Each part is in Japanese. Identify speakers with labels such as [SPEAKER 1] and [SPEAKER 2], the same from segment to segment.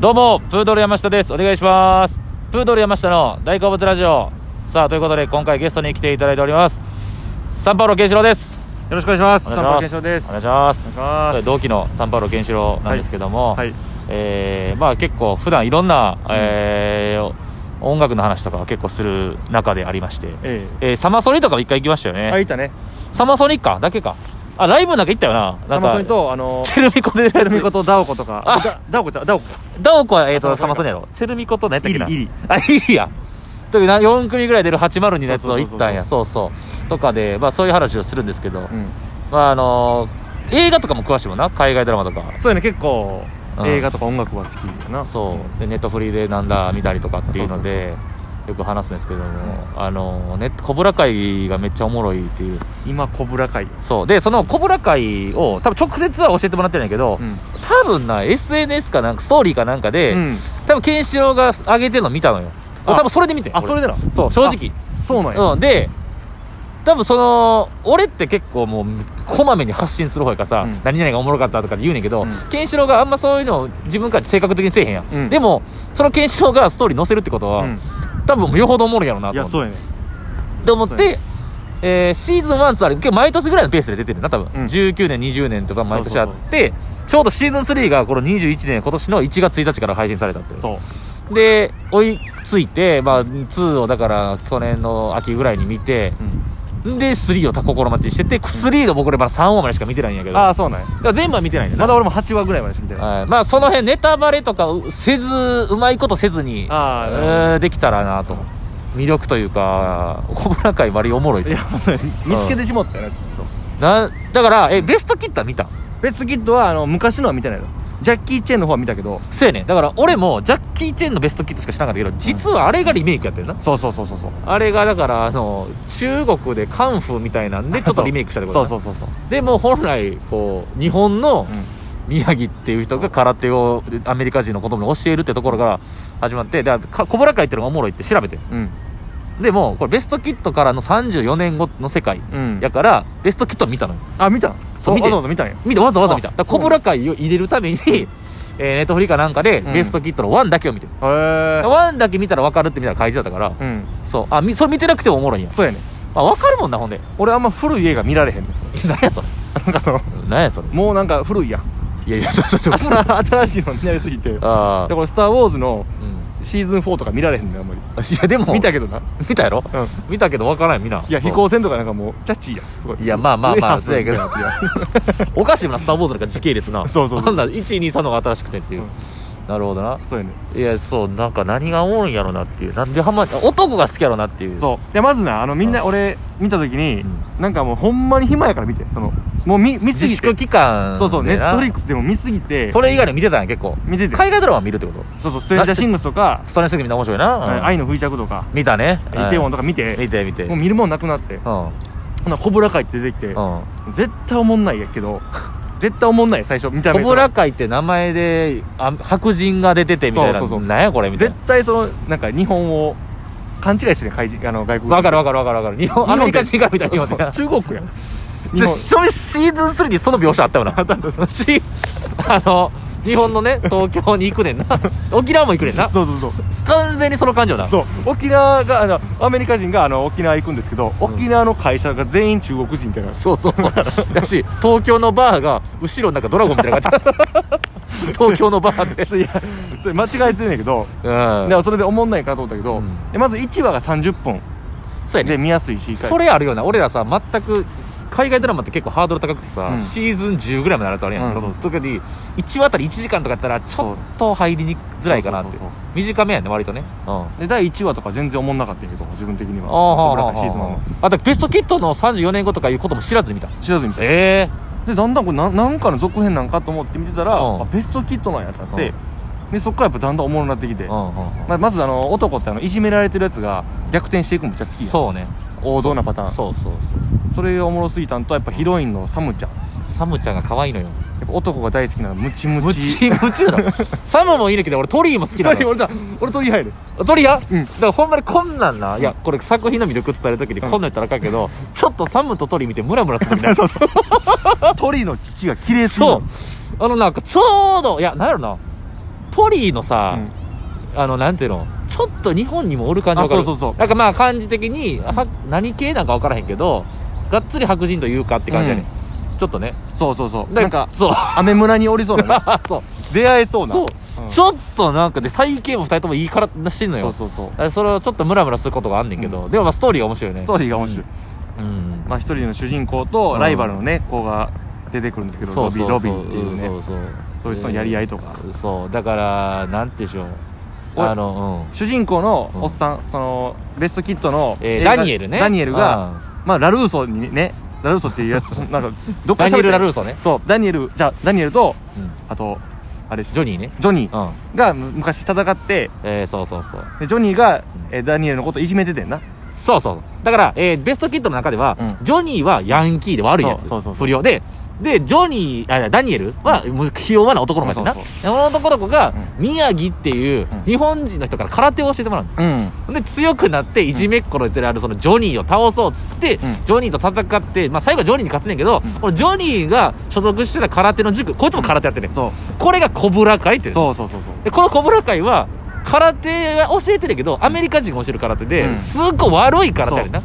[SPEAKER 1] どうも、プードル山下です。お願いします。プードル山下の大好物ラジオ。さあ、ということで、今回ゲストに来ていただいております。サンパウロケンシロウです。
[SPEAKER 2] よろしくお願いします。
[SPEAKER 1] お
[SPEAKER 2] 三
[SPEAKER 1] 願
[SPEAKER 2] 浦
[SPEAKER 1] い
[SPEAKER 2] 健
[SPEAKER 1] し
[SPEAKER 2] 翔
[SPEAKER 1] ます
[SPEAKER 2] です。
[SPEAKER 1] お願いします
[SPEAKER 2] お願いしま
[SPEAKER 1] 同期のサンパウロケンシロウなんですけども、
[SPEAKER 2] す。はい。
[SPEAKER 1] えーまあ結構普段いろんな、えー音楽の話とかは結構する中でありまして、
[SPEAKER 2] え
[SPEAKER 1] えーサマソニとかも一回行きましたよ
[SPEAKER 2] え
[SPEAKER 1] ね。
[SPEAKER 2] あ、いたね。
[SPEAKER 1] サマソニか、だけか。あ、ライブなんか行ったよな。なんか
[SPEAKER 2] サマソニと、あの、
[SPEAKER 1] チェルミコで
[SPEAKER 2] テルミコとダオコとか。
[SPEAKER 1] あ
[SPEAKER 2] だダオコちゃん、ダオコか。
[SPEAKER 1] ダオコは、えー、と、サ
[SPEAKER 2] サ
[SPEAKER 1] マ
[SPEAKER 2] マ
[SPEAKER 1] ソ
[SPEAKER 2] ソ
[SPEAKER 1] ニ
[SPEAKER 2] ニ
[SPEAKER 1] やろ。 チェルミコと何やったっけな。
[SPEAKER 2] イリイリ
[SPEAKER 1] あ、イリや。というな4組ぐらい出る802のやつを行ったんや。そうそう。とかで、まあそういう話をするんですけど、
[SPEAKER 2] うん。
[SPEAKER 1] まああのー映画とかも詳しいもんな。海外ドラマとか。
[SPEAKER 2] そうやね、結構
[SPEAKER 1] うん、
[SPEAKER 2] 映画とか音楽は好きやな。
[SPEAKER 1] そう。で、ネットフリーでなんだ見たりとかっていうので、よく話すんですけども、あのー、ね、コブラ会がめっちゃおもろいっていう。
[SPEAKER 2] 今、コブラ会。
[SPEAKER 1] そう。で、そのコブラ会を、多分直接は教えてもらってないけど、
[SPEAKER 2] うん。
[SPEAKER 1] 多分な、SNS かなんか、ストーリーかなんかで、
[SPEAKER 2] うん。
[SPEAKER 1] 多分ケンシロウが上げてるの見たのよ
[SPEAKER 2] あ
[SPEAKER 1] 多分それで見てん
[SPEAKER 2] あ、
[SPEAKER 1] 俺
[SPEAKER 2] それでな。
[SPEAKER 1] そう正直
[SPEAKER 2] そうなんや。
[SPEAKER 1] うんで多分その俺って結構もうこまめに発信する方やからさ、
[SPEAKER 2] うん
[SPEAKER 1] 何々がおもろかったとかで言うねんけど、
[SPEAKER 2] うん
[SPEAKER 1] ケンシロウがあんまそういうのを自分から性格的にせえへんやん、
[SPEAKER 2] うん
[SPEAKER 1] でもそのケンシロウがストーリー載せるってことは、
[SPEAKER 2] うん。
[SPEAKER 1] 多分よほどおもろいやろうないと
[SPEAKER 2] や、
[SPEAKER 1] 思って
[SPEAKER 2] そうやね。
[SPEAKER 1] って思っ
[SPEAKER 2] そう
[SPEAKER 1] て、えーシーズン1つある結構毎年ぐらいのペースで出てるな多分、
[SPEAKER 2] うん
[SPEAKER 1] 19年20年とか毎年あってちょうどシーズン3がこの21年今年の1月1日から配信されたっていう
[SPEAKER 2] そう。
[SPEAKER 1] で追いついて、まあ、2をだから去年の秋ぐらいに見て
[SPEAKER 2] うん。
[SPEAKER 1] で3をた心待ちにしてて3の僕らまだ3話までしか見てないんやけど
[SPEAKER 2] ああ、そうなんや。
[SPEAKER 1] だから全部は見てないんだよ
[SPEAKER 2] ま
[SPEAKER 1] な、
[SPEAKER 2] だ俺も8話ぐらいまでしか見てない。
[SPEAKER 1] はいまあその辺ネタバレとかうせずうまいことせずに
[SPEAKER 2] あーなるほ
[SPEAKER 1] えーできたらなと魅力というか小村会割りおもろいと
[SPEAKER 2] いや、そうやね見つけてしまったよな、ちょっと。
[SPEAKER 1] なだからえベストキットは見た
[SPEAKER 2] ベストキッドは、あの、昔のは見てないの。ジャッキー・チェンの方は見たけど。
[SPEAKER 1] そうやねだから俺もジャッキー・チェンのベストキットしかしなかったけど実はあれがリメイクやってるな
[SPEAKER 2] そうそうそうそうそう。
[SPEAKER 1] あれがだからあの中国でカンフーみたいなんでちょっとリメイクしたってこと
[SPEAKER 2] そう
[SPEAKER 1] だ
[SPEAKER 2] そうそうそう。
[SPEAKER 1] でも本来こう日本の
[SPEAKER 2] うん
[SPEAKER 1] 宮城っていう人が空手をアメリカ人の子供に教えるってところから始まってでか小倉会っていうのがおもろいって調べて
[SPEAKER 2] うん。
[SPEAKER 1] でもこれベストキットからの34年後の世界
[SPEAKER 2] うん
[SPEAKER 1] やからベストキット見たのよ
[SPEAKER 2] あ、見た
[SPEAKER 1] そう見て
[SPEAKER 2] わざわざ見たんや。
[SPEAKER 1] 見てわざわざ見た
[SPEAKER 2] あ
[SPEAKER 1] だから
[SPEAKER 2] そう
[SPEAKER 1] 小倉会を入れるために、え ーネットフリかなんかで
[SPEAKER 2] うん
[SPEAKER 1] ベストキットの1だけを見てる、
[SPEAKER 2] へえ。
[SPEAKER 1] 1だけ見たら分かるってみたいな感じだったから
[SPEAKER 2] うん。
[SPEAKER 1] そうあみそれ見てなくてもおもろいんや
[SPEAKER 2] そうやね。
[SPEAKER 1] あ分かるもんなほんで
[SPEAKER 2] 俺あんま古い映画見られへんですよ
[SPEAKER 1] 何やそれ
[SPEAKER 2] なんかその、
[SPEAKER 1] 何やそれ
[SPEAKER 2] もうなんか古いやん。
[SPEAKER 1] いやいやそうそうそう
[SPEAKER 2] 新しいのになりすぎて。だか
[SPEAKER 1] ああ
[SPEAKER 2] ら、スター・ウォーズの
[SPEAKER 1] うん
[SPEAKER 2] シーズン4とか見られへんのよ、あんまり。
[SPEAKER 1] いやでも
[SPEAKER 2] 見たけどな。
[SPEAKER 1] 見たやろ、
[SPEAKER 2] うん
[SPEAKER 1] 見たけど分からんよみんない
[SPEAKER 2] や、飛行船とかなんかもう、キャッチーやん。すごい。
[SPEAKER 1] いやまあまあまあ
[SPEAKER 2] ウェアハウス みたいなやつや
[SPEAKER 1] おかしいもんな「スター・ウォーズ」なんか時系列な
[SPEAKER 2] そうそうそう
[SPEAKER 1] あんな123のが新しくてっていう、
[SPEAKER 2] うん
[SPEAKER 1] なるほどな
[SPEAKER 2] そうやね。
[SPEAKER 1] いやそうなんか何が多いんやろなっていうなんでハマ男が好きやろなっていう
[SPEAKER 2] そう。で、まずな、あの、みんな俺、見たときに
[SPEAKER 1] うん、
[SPEAKER 2] なんかもうほんまに暇やから見て。その、もう見、見す
[SPEAKER 1] 自
[SPEAKER 2] ぎ
[SPEAKER 1] 粛
[SPEAKER 2] て。
[SPEAKER 1] 期間
[SPEAKER 2] そうそう、ネ
[SPEAKER 1] でな
[SPEAKER 2] ットフリックスでも見すぎて、
[SPEAKER 1] それ以外に見てたんや結構
[SPEAKER 2] 見てて。
[SPEAKER 1] 海外ドラマ見るってこと
[SPEAKER 2] そうそう、ストレンジャーシングスとか、
[SPEAKER 1] ストレンジスみんな面白いな、うん
[SPEAKER 2] 愛の不時着とか、
[SPEAKER 1] 見たね
[SPEAKER 2] イテウォ
[SPEAKER 1] と
[SPEAKER 2] ンとか見て、
[SPEAKER 1] 見て見て
[SPEAKER 2] もう見るもんなくなって
[SPEAKER 1] うん
[SPEAKER 2] ほなコブラ会って出てきて
[SPEAKER 1] うん
[SPEAKER 2] 絶対おもんないやけど 絶対おもんない最初見た
[SPEAKER 1] コ
[SPEAKER 2] 目
[SPEAKER 1] ブラ会って名前であ白人が出ててみたいな
[SPEAKER 2] そうそうそう
[SPEAKER 1] なんやこれみたい
[SPEAKER 2] 絶
[SPEAKER 1] な
[SPEAKER 2] 対そのなんか日本を勘違いしてね怪人あの外国
[SPEAKER 1] わかるわかるわかるわかる日本アメリカ人がみたいな
[SPEAKER 2] そうそう中国やん日
[SPEAKER 1] で
[SPEAKER 2] 本
[SPEAKER 1] それシーズン3にその描写あったよなし あの日本のね東京に行くねんな 沖縄も行くねんな
[SPEAKER 2] そうそうそう
[SPEAKER 1] 完全にその感情な
[SPEAKER 2] そう沖縄があのアメリカ人があの沖縄行くんですけど沖縄の会社が全員中国人みたいな
[SPEAKER 1] そうそうそう だし東京のバーが後ろなんかドラゴンみたいな感 じ東京のバーで
[SPEAKER 2] それいやそれ間違えてんねんけど
[SPEAKER 1] う
[SPEAKER 2] だ
[SPEAKER 1] ん
[SPEAKER 2] からそれでおもんないかと思ったけど、
[SPEAKER 1] うん
[SPEAKER 2] でまず1話が30分
[SPEAKER 1] そうや
[SPEAKER 2] で
[SPEAKER 1] ね
[SPEAKER 2] 見やすいし
[SPEAKER 1] それあるよな俺らさ全く海外ドラマって結構ハードル高くてさ、
[SPEAKER 2] うん
[SPEAKER 1] シーズン10ぐらいまであるやつあるやん、
[SPEAKER 2] うんそう
[SPEAKER 1] 特に1話あたり1時間とかやったらちょっと入りにづらいかなって
[SPEAKER 2] そうそうそうそ
[SPEAKER 1] 短めやね割とねうん
[SPEAKER 2] で第1話とか全然おもんなかったんやけど自分的にはコブラ
[SPEAKER 1] あ
[SPEAKER 2] 会シーズン1の
[SPEAKER 1] あだからベストキットの34年後とかいうことも知らずに見た
[SPEAKER 2] 知らずに見て
[SPEAKER 1] え
[SPEAKER 2] でだんだんこれななんかの続編なんかと思って見てたら、
[SPEAKER 1] うん
[SPEAKER 2] あベストキットなんやってなっ
[SPEAKER 1] う
[SPEAKER 2] て、でそっからやっぱだんだんおもろになってきて、
[SPEAKER 1] え
[SPEAKER 2] ま
[SPEAKER 1] ま
[SPEAKER 2] あまずあの男ってあのいじめられてるやつが逆転していくのめっちゃ好きやん
[SPEAKER 1] そうね
[SPEAKER 2] 王道なパターン
[SPEAKER 1] そ
[SPEAKER 2] そ
[SPEAKER 1] うそう
[SPEAKER 2] れがおもろすぎたんとやっぱヒロインのサムちゃんや
[SPEAKER 1] そうサムちゃんが可愛いのよ
[SPEAKER 2] っぱ男が大好きなのムチム
[SPEAKER 1] ム
[SPEAKER 2] チ
[SPEAKER 1] チムチだろサムもいいねんけど俺トリーも好きな
[SPEAKER 2] 鳥
[SPEAKER 1] の
[SPEAKER 2] 俺さ俺鳥入る
[SPEAKER 1] トリーや
[SPEAKER 2] うん
[SPEAKER 1] だからほんまにこんなんないやこれ作品の魅力伝える時にこんなん言ったらあかんけどちょっとサムとトリー見てムラムラするんだよ
[SPEAKER 2] 鳥の父が綺麗すぎる
[SPEAKER 1] そうあのなんかちょうどいやなんやろなポリーのさ、
[SPEAKER 2] うん
[SPEAKER 1] あのなんていうのちょっと日本にもおる感じわかる
[SPEAKER 2] あそうそうそう
[SPEAKER 1] なんかまあ感じ的には何系なんか分からへんけどがっつり白人というかって感じやね、ちょっとね
[SPEAKER 2] そうそうそう
[SPEAKER 1] で
[SPEAKER 2] なんか
[SPEAKER 1] そう
[SPEAKER 2] 雨村におりそうなね
[SPEAKER 1] そう
[SPEAKER 2] 出会えそうな
[SPEAKER 1] そう、
[SPEAKER 2] うん
[SPEAKER 1] ちょっとなんかで体型も2人ともいいからしてんの
[SPEAKER 2] そ
[SPEAKER 1] よ
[SPEAKER 2] うそうそう
[SPEAKER 1] だからそれをちょっとムラムラすることがあんねんけど、でもまあストーリーが面白いよね
[SPEAKER 2] ストーリーが面白い、
[SPEAKER 1] うん、うん
[SPEAKER 2] まあ、一人の主人公とライバルのね、子が出てくるんですけど
[SPEAKER 1] そうそうそう
[SPEAKER 2] ロビンロビンっていうね、
[SPEAKER 1] そうそう
[SPEAKER 2] そういう人のやり合いとか、
[SPEAKER 1] そうだからなんていうんでしょう
[SPEAKER 2] お
[SPEAKER 1] あの、
[SPEAKER 2] 主人公の
[SPEAKER 1] うん
[SPEAKER 2] おっさん、そのベストキッドの
[SPEAKER 1] うんえー
[SPEAKER 2] 映画
[SPEAKER 1] ダニエルね
[SPEAKER 2] ダニエルが、
[SPEAKER 1] うん
[SPEAKER 2] まあ、ラルーソにねラルーソっていうやつ なんかどっか
[SPEAKER 1] ダ
[SPEAKER 2] に
[SPEAKER 1] ニエル・ラルーソね、
[SPEAKER 2] そうダニエルじゃあダニエルと
[SPEAKER 1] うん
[SPEAKER 2] あとあれジ
[SPEAKER 1] ジョニーね
[SPEAKER 2] ジョニー
[SPEAKER 1] うん
[SPEAKER 2] がむ昔戦って
[SPEAKER 1] えー、そうそうそう
[SPEAKER 2] でジョニーが、えーダニエルのこといじめててんな
[SPEAKER 1] そうそうだから、えーベストキッドの中では、
[SPEAKER 2] うん
[SPEAKER 1] ジョニーはヤンキーで悪いやつ
[SPEAKER 2] そうそうそうそう
[SPEAKER 1] 不良ででジョニーあダニエルは、もうひ弱な男の子やってな
[SPEAKER 2] そうそう
[SPEAKER 1] でこの男の子が、
[SPEAKER 2] う
[SPEAKER 1] 宮城っていう、
[SPEAKER 2] うん
[SPEAKER 1] 日本人の人から空手を教えてもらうの
[SPEAKER 2] うん
[SPEAKER 1] で強くなっていじめっ子の言ってるあるそのジョニーを倒そうっつって、
[SPEAKER 2] ん
[SPEAKER 1] ジョニーと戦って、まあ、最後はジョニーに勝つねんけど、このジョニーが所属してた空手の塾こいつも空手やってね、
[SPEAKER 2] そ
[SPEAKER 1] これがコブラ会っていうう
[SPEAKER 2] そうそうそうそう
[SPEAKER 1] でこのコブラ会は空手は教えてるけどアメリカ人が教える空手で、
[SPEAKER 2] うん
[SPEAKER 1] すっごい悪い空手やねんな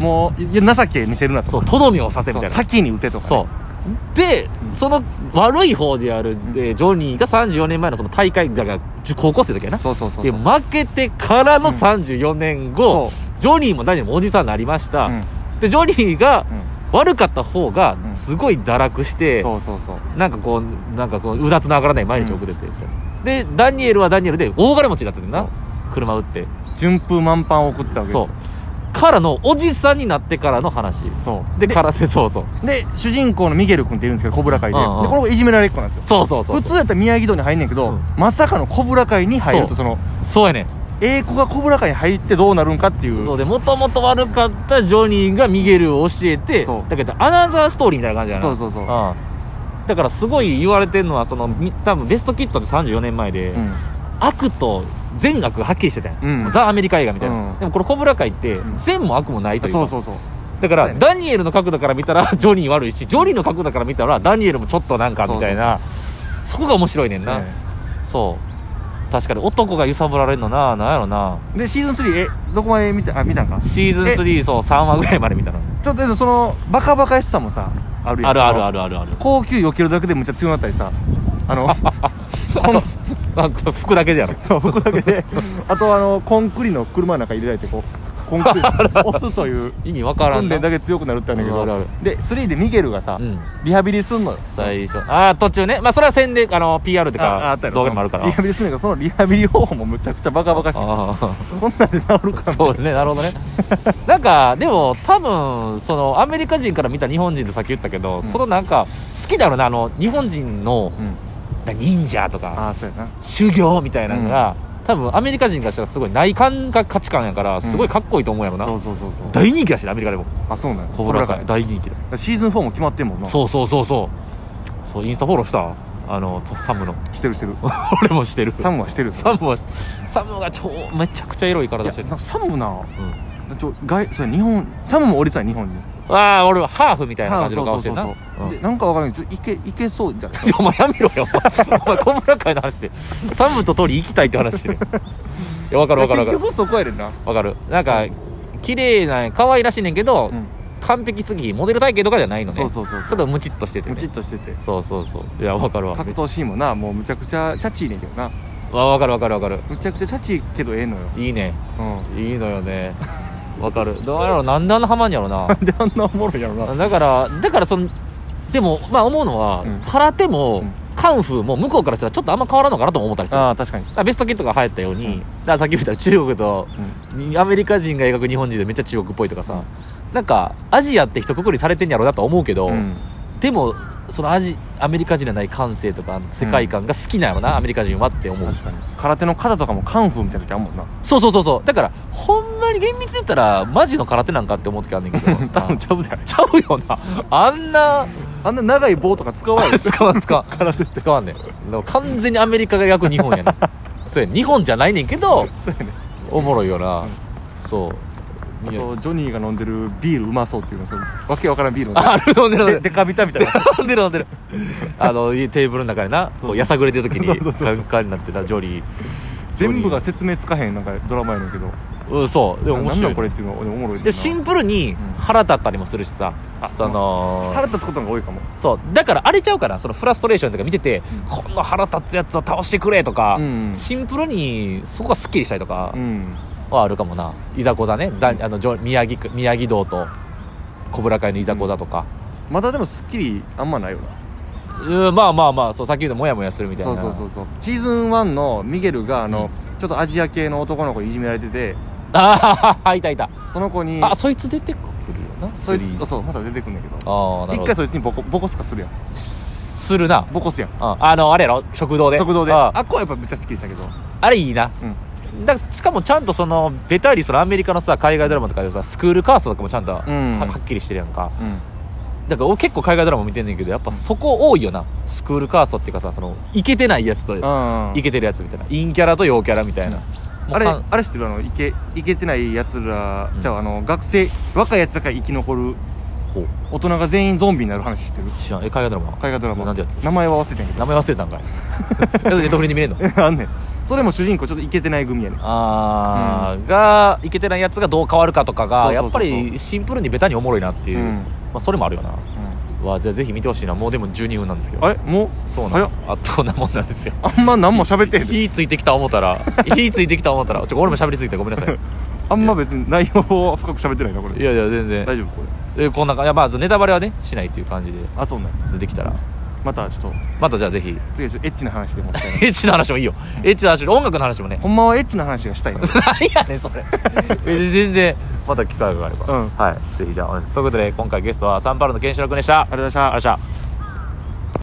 [SPEAKER 2] もういや情け見せるなと
[SPEAKER 1] そうとどめをさせみ
[SPEAKER 2] そ
[SPEAKER 1] た
[SPEAKER 2] う
[SPEAKER 1] いな
[SPEAKER 2] 先に打てとか、ね、
[SPEAKER 1] そうで、その悪い方である、えージョニーが34年前のその大会だからじゅ高校生の時やな
[SPEAKER 2] そうそうそう
[SPEAKER 1] で
[SPEAKER 2] そう
[SPEAKER 1] 負けてからの34年後、
[SPEAKER 2] そ
[SPEAKER 1] ジョニーもダニエルもおじさんになりました、
[SPEAKER 2] うん
[SPEAKER 1] でジョニーが
[SPEAKER 2] うん
[SPEAKER 1] 悪かった方が
[SPEAKER 2] うん
[SPEAKER 1] すごい堕落して、
[SPEAKER 2] そうそうそう
[SPEAKER 1] なんかこうなんかこううだつの上がらない毎日送れて、でダニエルはダニエルで大金持ちになってるな
[SPEAKER 2] そう
[SPEAKER 1] 車売って
[SPEAKER 2] 順風満帆を送ってたわけです
[SPEAKER 1] そ
[SPEAKER 2] よ
[SPEAKER 1] うからのおじさんになってからの話
[SPEAKER 2] そう
[SPEAKER 1] で空手そうそう
[SPEAKER 2] で主人公のミゲル君っているんですけどコブラ会で,、
[SPEAKER 1] うんうん
[SPEAKER 2] でこの子いじめられっ子なんですよ
[SPEAKER 1] そうそうそう
[SPEAKER 2] 普通やったら宮城道に入んねんけど、
[SPEAKER 1] うん
[SPEAKER 2] まさかのコブラ会に入
[SPEAKER 1] そ
[SPEAKER 2] ると
[SPEAKER 1] う
[SPEAKER 2] その
[SPEAKER 1] そうやねん
[SPEAKER 2] 英子がコブラ会に入ってどうなるんかっていう
[SPEAKER 1] そうでもともと悪かったジョニーがミゲルを教えて
[SPEAKER 2] そう
[SPEAKER 1] だけどアナザーストーリーみたいな感じやな
[SPEAKER 2] そうそうそう
[SPEAKER 1] うんだからすごい言われてるのはそのみ多分ベストキットって34年前で、
[SPEAKER 2] うん
[SPEAKER 1] 悪と善悪はっきりしてたやん、
[SPEAKER 2] うん
[SPEAKER 1] ザ・アメリカ映画みたいな、
[SPEAKER 2] うん
[SPEAKER 1] でもこのコブラ会って
[SPEAKER 2] ん
[SPEAKER 1] 善も悪もないというか、
[SPEAKER 2] そうそうそう
[SPEAKER 1] だか
[SPEAKER 2] そ
[SPEAKER 1] ら、
[SPEAKER 2] うやね
[SPEAKER 1] ダニエルの角度から見たら ジョニー悪いしジョニーの角度から見たらダニエルもちょっとなんかみたいなそこが面白いねん
[SPEAKER 2] そう
[SPEAKER 1] な
[SPEAKER 2] やね
[SPEAKER 1] そう確かに男が揺さぶられるのななんやろな
[SPEAKER 2] でシーズン3えどこまで見たあ見たんか
[SPEAKER 1] シーズン3そう3話ぐらいまで見たの
[SPEAKER 2] ちょっとでもそのバカバカしさもさあるやん
[SPEAKER 1] あるあるあ
[SPEAKER 2] る
[SPEAKER 1] るあるある
[SPEAKER 2] 高級避けるだけでむっちゃ強くなったりさあのこの
[SPEAKER 1] あ服だけでやろ
[SPEAKER 2] 服だけ であとあのコンクリの車の中入れられてこうコンクリ押すという
[SPEAKER 1] 意味わからん
[SPEAKER 2] 訓
[SPEAKER 1] な
[SPEAKER 2] 練だけ強くなるってあるんだけど、
[SPEAKER 1] うんあるあ
[SPEAKER 2] で3でミゲルがさ、
[SPEAKER 1] うん
[SPEAKER 2] リハビリすんのよ
[SPEAKER 1] 最初ああ途中ねまあそれは宣伝あの PR とか
[SPEAKER 2] やろ
[SPEAKER 1] 動画にもあるから
[SPEAKER 2] リハビリすんのよそのリハビリ方法もむちゃくちゃバカバカしい
[SPEAKER 1] ああ
[SPEAKER 2] こんなんで治る か
[SPEAKER 1] そうねなるほ どねなんかでも多分そのアメリカ人から見た日本人とさっき言ったけど、そのなんか好きだろうなあの日本人の
[SPEAKER 2] うん
[SPEAKER 1] 忍者とか
[SPEAKER 2] ああそうやな
[SPEAKER 1] 修行みたいなのが、多分アメリカ人からしたらすごい内観が価値観やからすごいかっこいいと思うやろな、
[SPEAKER 2] そうそうそうそう
[SPEAKER 1] 大人気だしねアメリカでも
[SPEAKER 2] あそうなんや
[SPEAKER 1] 小倉
[SPEAKER 2] 小
[SPEAKER 1] 会
[SPEAKER 2] 倉
[SPEAKER 1] 大人気だ
[SPEAKER 2] 会シーズン4も決まってんもんな
[SPEAKER 1] そうそうそうそうそうインスタフォローしたあのサムの
[SPEAKER 2] してるしてる
[SPEAKER 1] 俺もしてる
[SPEAKER 2] サムはしてる
[SPEAKER 1] サムはサムが超めちゃくちゃエロい
[SPEAKER 2] い
[SPEAKER 1] 体
[SPEAKER 2] や
[SPEAKER 1] してる
[SPEAKER 2] なんかサムなちょ外それ日本サムもおりさん日本に
[SPEAKER 1] ああ俺はハーフみたいな
[SPEAKER 2] あ
[SPEAKER 1] 感
[SPEAKER 2] あ
[SPEAKER 1] じ
[SPEAKER 2] そ
[SPEAKER 1] の
[SPEAKER 2] うそ
[SPEAKER 1] 顔
[SPEAKER 2] う
[SPEAKER 1] して
[SPEAKER 2] そ
[SPEAKER 1] るな
[SPEAKER 2] うそう
[SPEAKER 1] うん
[SPEAKER 2] でなんかわからんけどちょいけいけそうじゃない
[SPEAKER 1] お前やめろよお前お前小村会の話でサムとトリ行きたいって話してるいや分かる分かる分か
[SPEAKER 2] 結
[SPEAKER 1] る
[SPEAKER 2] 局そこやねんな
[SPEAKER 1] 分かるなんか綺麗な可愛らしいねんけど、
[SPEAKER 2] うん
[SPEAKER 1] 完璧すぎひんモデル体型とかじゃないのね
[SPEAKER 2] そうそうそう
[SPEAKER 1] ちょっとムチっとしてて、ね
[SPEAKER 2] ム、チっとしてて
[SPEAKER 1] そうそうそういや分かるわ
[SPEAKER 2] 格闘シーンもなもうむちゃくちゃチャチーねんけどな
[SPEAKER 1] わ分かる分かる分か
[SPEAKER 2] むちゃくちゃチャチーけどええのよ
[SPEAKER 1] るいいね
[SPEAKER 2] うん
[SPEAKER 1] いいのよね分かるどうやろうなんであんなハマんやろな
[SPEAKER 2] であんなおもろいやろな
[SPEAKER 1] だからだからそのでもまあ思うのは、
[SPEAKER 2] うん
[SPEAKER 1] 空手も、
[SPEAKER 2] うん
[SPEAKER 1] カンフーも向こうからしたらちょっとあんま変わらんのかなとも思ったりする
[SPEAKER 2] ああ確かに
[SPEAKER 1] だからベストキットが流行ったように、
[SPEAKER 2] うん
[SPEAKER 1] だからさっき見たら中国と、にアメリカ人が描く日本人でめっちゃ中国っぽいとかさ、なんかアジアって一括りされてんやろうなとは思うけど、
[SPEAKER 2] うん
[SPEAKER 1] でもそのアジアメリカ人じゃない感性とかあの世界観が好きなんやろな、アメリカ人はって思う
[SPEAKER 2] 確かに空手の肩とかもカンフーみたいな時あんもんな
[SPEAKER 1] そうそうそうそうだからほんまに厳密に言ったらマジの空手なんかって思う時あんねんけど
[SPEAKER 2] 多
[SPEAKER 1] あ
[SPEAKER 2] 分ちゃうだよ
[SPEAKER 1] ちゃうよなあんな
[SPEAKER 2] あんな長い棒とか使わない
[SPEAKER 1] 使わん使わん使わんねんでも完全にアメリカが逆日本 やねんそうやねん日本じゃないねんけどおもろいよな、そう
[SPEAKER 2] あ
[SPEAKER 1] いや
[SPEAKER 2] とジョニーが飲んでるビールうまそうっていうのそのわけわからんビール
[SPEAKER 1] あ飲んでる
[SPEAKER 2] 飲
[SPEAKER 1] 飲
[SPEAKER 2] ん
[SPEAKER 1] んで
[SPEAKER 2] でる
[SPEAKER 1] る
[SPEAKER 2] で デカビタみたいな
[SPEAKER 1] 飲んでる飲んでるあのいいテーブルの中になこうやさぐれてる時に
[SPEAKER 2] そうそうそう
[SPEAKER 1] カンカンになってなジョリー
[SPEAKER 2] 全部が説明つかへんなんかドラマやねんけど
[SPEAKER 1] うんそうでも面
[SPEAKER 2] 何
[SPEAKER 1] 白
[SPEAKER 2] なん
[SPEAKER 1] い
[SPEAKER 2] これっていうのおもろいねんな
[SPEAKER 1] でシンプルに腹立ったりもするしさ、
[SPEAKER 2] あ
[SPEAKER 1] その
[SPEAKER 2] 腹立つことの方が多いかも
[SPEAKER 1] そうだからあれちゃうからそのフラストレーションとか見てて、こんな腹立つやつを倒してくれとか、
[SPEAKER 2] うん
[SPEAKER 1] シンプルにそこがすっきりしたりとか
[SPEAKER 2] うん
[SPEAKER 1] はあるかもな、いざこざねだあのジョ宮城区宮城道と小倉会のいざこざとか、
[SPEAKER 2] まだでもすっきりあんまないよな
[SPEAKER 1] うんまあまあまあそうさっき言うとモヤモヤするみたい
[SPEAKER 2] そ
[SPEAKER 1] な
[SPEAKER 2] うそうそうそうシーズン1のミゲルがあの、ちょっとアジア系の男の子にいじめられてて
[SPEAKER 1] ああいたいた、
[SPEAKER 2] その子に
[SPEAKER 1] あそいつ出てくるよな
[SPEAKER 2] そい
[SPEAKER 1] スリ
[SPEAKER 2] つ
[SPEAKER 1] ー
[SPEAKER 2] そうまた出てくんだけど
[SPEAKER 1] ああなる
[SPEAKER 2] 一
[SPEAKER 1] ほど
[SPEAKER 2] 回そいつにボコボコスカするやん
[SPEAKER 1] するな
[SPEAKER 2] ボコスやん
[SPEAKER 1] うんあのあれやろ食堂で
[SPEAKER 2] 食堂で
[SPEAKER 1] あ
[SPEAKER 2] あ
[SPEAKER 1] あ
[SPEAKER 2] っこはやっぱめっちゃすっきりしたけど
[SPEAKER 1] あれいいな
[SPEAKER 2] うん
[SPEAKER 1] だからしかもちゃんとそのベタリそのアメリカのさ海外ドラマとかでさスクールカーストとかもちゃんとは,、
[SPEAKER 2] うん
[SPEAKER 1] はっきりしてるやんか
[SPEAKER 2] うん
[SPEAKER 1] だから俺結構海外ドラマ見てんねんけどやっぱそこ多いよなスクールカーストっていうかさそのイケてないやつと
[SPEAKER 2] あ
[SPEAKER 1] イケてるやつみたいな陰キャラと陽キャラみたいな、
[SPEAKER 2] うん
[SPEAKER 1] もう
[SPEAKER 2] あれ
[SPEAKER 1] かん
[SPEAKER 2] あれ知ってるあのいけいけてないやつら、
[SPEAKER 1] うん
[SPEAKER 2] じゃああの学生若いやつだから生き残る
[SPEAKER 1] ほう
[SPEAKER 2] 大人が全員ゾンビになる話知ってる
[SPEAKER 1] 知らんえ海外ドラマ
[SPEAKER 2] 海外ドラマ
[SPEAKER 1] なんてやつ
[SPEAKER 2] 名前は忘れてんけ
[SPEAKER 1] 名前忘れたんかい ネットフリで見れんの
[SPEAKER 2] ど あんねんそれも主人公ちょっといけてない組やねん
[SPEAKER 1] あー、がイケてないやつがどう変わるかとかが
[SPEAKER 2] そうそうそうそう
[SPEAKER 1] やっぱりシンプルにベタにおもろいなっていう、
[SPEAKER 2] うん
[SPEAKER 1] まあ、それもあるよな
[SPEAKER 2] う
[SPEAKER 1] わじゃあぜひ見てほしいなもうでも12分なんですけど
[SPEAKER 2] んあれもう
[SPEAKER 1] そうな
[SPEAKER 2] 早っ
[SPEAKER 1] のあっとなもんなんですよ
[SPEAKER 2] あんま何も喋ってへんで
[SPEAKER 1] 火ついてきた思った ら火ついてきた思ったらちょ俺も喋りすぎてごめん なさい
[SPEAKER 2] あんま別に内容を深く喋ってないなこ
[SPEAKER 1] い
[SPEAKER 2] れ
[SPEAKER 1] やいや全然
[SPEAKER 2] 大丈夫これ
[SPEAKER 1] えこんな感じいやまあネタバレはねしないっていう感じで
[SPEAKER 2] あそうなんや
[SPEAKER 1] それできたら
[SPEAKER 2] またちょっと
[SPEAKER 1] またじゃあぜひ
[SPEAKER 2] 次はちょっとエッチな話でもしたいな
[SPEAKER 1] エッチの話もいいよエッチの話も音楽の話もね
[SPEAKER 2] ほんまはエッチな話がしたいな
[SPEAKER 1] 何やねんそれえ 全然また機会があれば、
[SPEAKER 2] うん
[SPEAKER 1] はいぜひじゃあということで今回ゲストはサンパウロのケンシロウ君でしたありがとう
[SPEAKER 2] ありがとうございました
[SPEAKER 1] ございました